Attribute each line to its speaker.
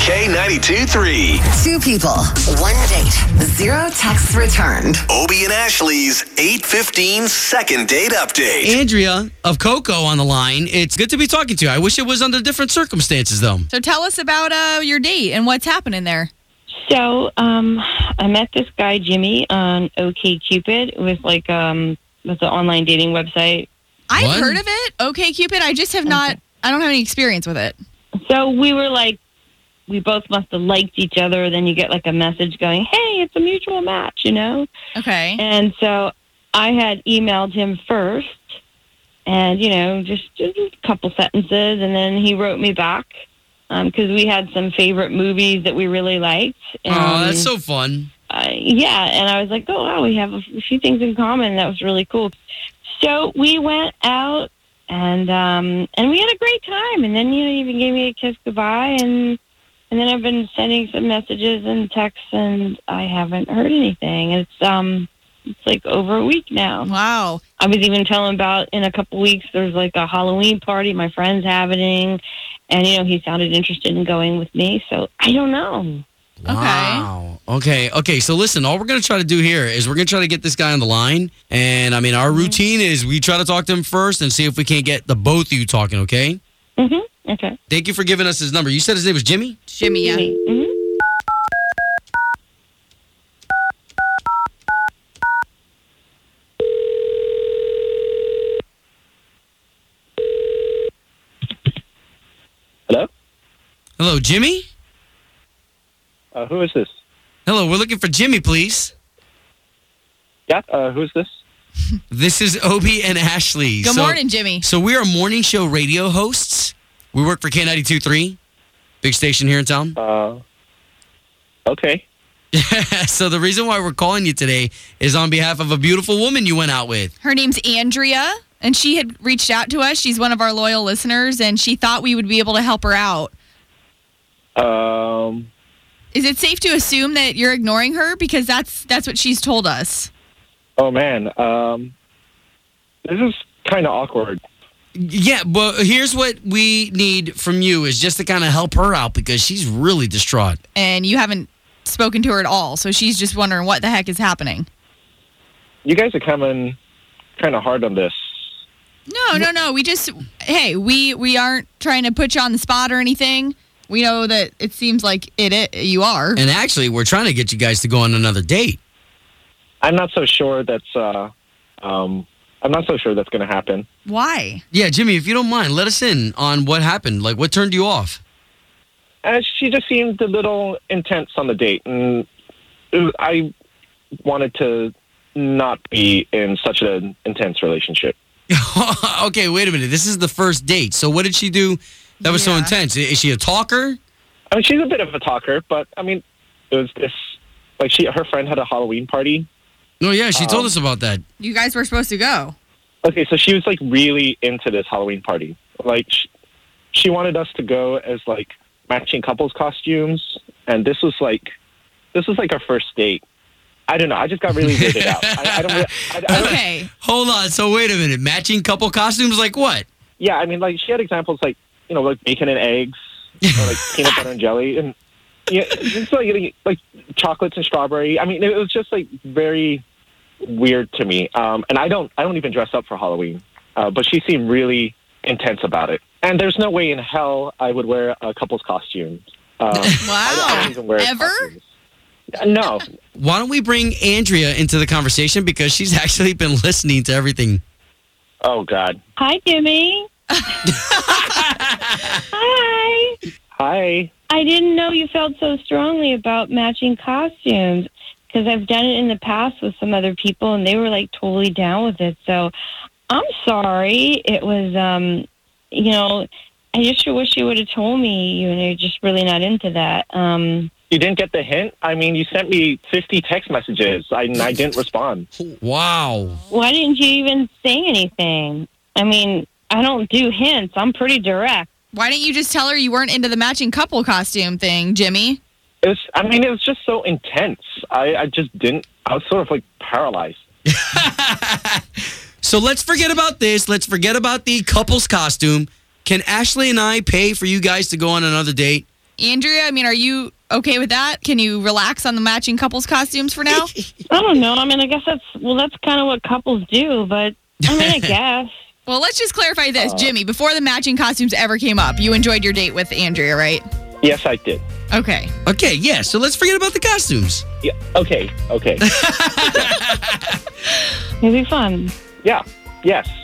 Speaker 1: K92 3.
Speaker 2: Two people, one date, zero texts returned.
Speaker 1: Obie and Ashley's 815 second date update.
Speaker 3: Andrea of Coco on the line. It's good to be talking to you. I wish it was under different circumstances, though.
Speaker 4: So tell us about uh, your date and what's happening there.
Speaker 5: So um, I met this guy Jimmy on OKCupid. It was like um, it was an online dating website.
Speaker 4: I've
Speaker 3: What?
Speaker 4: heard of it. Okay, Cupid. I just have not. I don't have any experience with it.
Speaker 5: So we were like, we both must have liked each other. Then you get like a message going, "Hey, it's a mutual match," you know.
Speaker 4: Okay.
Speaker 5: And so I had emailed him first, and you know, just, just a couple sentences, and then he wrote me back because we had some favorite movies that we really liked. And,
Speaker 3: oh, that's so fun.
Speaker 5: uh, yeah, and I was like, oh wow, we have a few things in common. That was really cool. So we went out and um, and we had a great time. And then you know, he even gave me a kiss goodbye. And and then I've been sending some messages and texts, and I haven't heard anything. It's um, it's like over a week now.
Speaker 4: Wow.
Speaker 5: I was even telling about in a couple weeks there's like a Halloween party my friend's having and you know he sounded interested in going with me so I don't know.
Speaker 4: Okay.
Speaker 3: Wow. Okay. Okay. So listen, all we're gonna try to do here is we're gonna try to get this guy on the line, and I mean,
Speaker 4: Mm-hmm.
Speaker 3: our routine is we try to talk to him first and see if we can't get the both of you talking. Okay.
Speaker 5: Mhm. Okay.
Speaker 3: Thank you for giving us his number. You said his name was Jimmy.
Speaker 4: Jimmy. Yeah.
Speaker 5: Mhm.
Speaker 6: Hello?
Speaker 3: Hello, Jimmy.
Speaker 6: Uh, who is this?
Speaker 3: Hello. We're looking for Jimmy, please.
Speaker 6: Yeah, uh, who's this?
Speaker 3: This is Obie and Ashley.
Speaker 4: Good
Speaker 3: So-
Speaker 4: morning, Jimmy.
Speaker 3: So we are morning show radio hosts. We work for K92.3, big station here in town.
Speaker 6: Uh, okay.
Speaker 3: so the reason why we're calling you today is on behalf of a beautiful woman you went out with.
Speaker 4: Her name's Andrea, and she had reached out to us. She's one of our loyal listeners, and she thought we would be able to help her out.
Speaker 6: Um,
Speaker 4: Is it safe to assume that you're ignoring her because that's that's what she's told us?
Speaker 6: oh, man. Um, this is kind of awkward.
Speaker 3: Yeah, but here's what we need from you is just to kind of help her out because she's really distraught.
Speaker 4: And you haven't spoken to her at all, so she's just wondering what the heck is happening.
Speaker 6: You guys are coming kind of hard on this.
Speaker 4: No, no, no. We just hey, we we aren't trying to put you on the spot or anything. We know that it seems like it, it you are.
Speaker 3: And actually, we're trying to get you guys to go on another date.
Speaker 6: I'm not so sure that's, uh, um, I'm not so sure that's going to happen.
Speaker 4: Why?
Speaker 3: Yeah, Jimmy, if you don't mind, let us in on what happened. Like, what turned you off?
Speaker 6: Uh, she just seemed a little intense on the date, and it was- I wanted to not be in such an intense relationship.
Speaker 3: okay, wait a minute. This is the first date. So what did she do that was so
Speaker 4: Yeah.
Speaker 3: intense? Is she a talker?
Speaker 6: I mean, she's a bit of a talker, but I mean, it was this like she her friend had a Halloween party.
Speaker 3: No, yeah, she told
Speaker 6: Um,
Speaker 3: us about that.
Speaker 4: You guys were supposed to go.
Speaker 6: Okay, so she was like really into this Halloween party. Like she, she wanted us to go as like matching couples costumes, and this was like this was like our first date. I don't know. I just got really weirded out. I, I don't. really- I, I don't
Speaker 4: Okay.
Speaker 3: Hold on. So wait a minute. Matching couple costumes, like what?
Speaker 6: yeah, I mean, like she had examples like you know, like bacon and eggs, or like peanut butter and jelly, and yeah, it's like getting like chocolates and strawberry. I mean, it was just like very weird to me. Um, and I don't, I don't even dress up for Halloween, uh, but she seemed really intense about it. And there's no way in hell I would wear a couple's costume. Um, I don't
Speaker 4: Wow.
Speaker 6: even wear
Speaker 4: Ever?
Speaker 6: costumes. No,
Speaker 3: Why don't we bring Andrea into the conversation because she's actually been listening to everything.
Speaker 6: oh God.
Speaker 5: Hi, Jimmy. Hi.
Speaker 6: Hi.
Speaker 5: I didn't know you felt so strongly about matching costumes because I've done it in the past with some other people and they were like totally down with it. So I'm sorry. It was, um, you know, I just sure wish you would have told me. You know, you're just really not into that. Um,
Speaker 6: You didn't get the hint. I mean, you sent me 50 text messages, I, and I didn't respond.
Speaker 3: Wow.
Speaker 5: why didn't you even say anything? I mean, I don't do hints. I'm pretty direct.
Speaker 4: Why didn't you just tell her you weren't into the matching couple costume thing, Jimmy?
Speaker 6: It was, I mean, it was just so intense. I, I just didn't, I was sort of like paralyzed.
Speaker 3: So let's forget about this. Let's forget about the couple's costume. Can Ashley and I pay for you guys to go on another date?
Speaker 4: Andrea, I mean, are you okay with that? Can you relax on the matching couples costumes for now?
Speaker 5: I don't know. I mean, I guess that's well, that's kind of what couples do. But I mean, I guess.
Speaker 4: well, let's just clarify
Speaker 6: Uh,
Speaker 4: this, Jimmy. Before the matching costumes ever came up, you enjoyed your date with Andrea, right?
Speaker 6: Yes, I did.
Speaker 4: Okay.
Speaker 3: Okay, yeah. So let's forget about the costumes.
Speaker 6: Yeah. Okay. Okay.
Speaker 5: It'd be fun.
Speaker 6: yeah. Yes.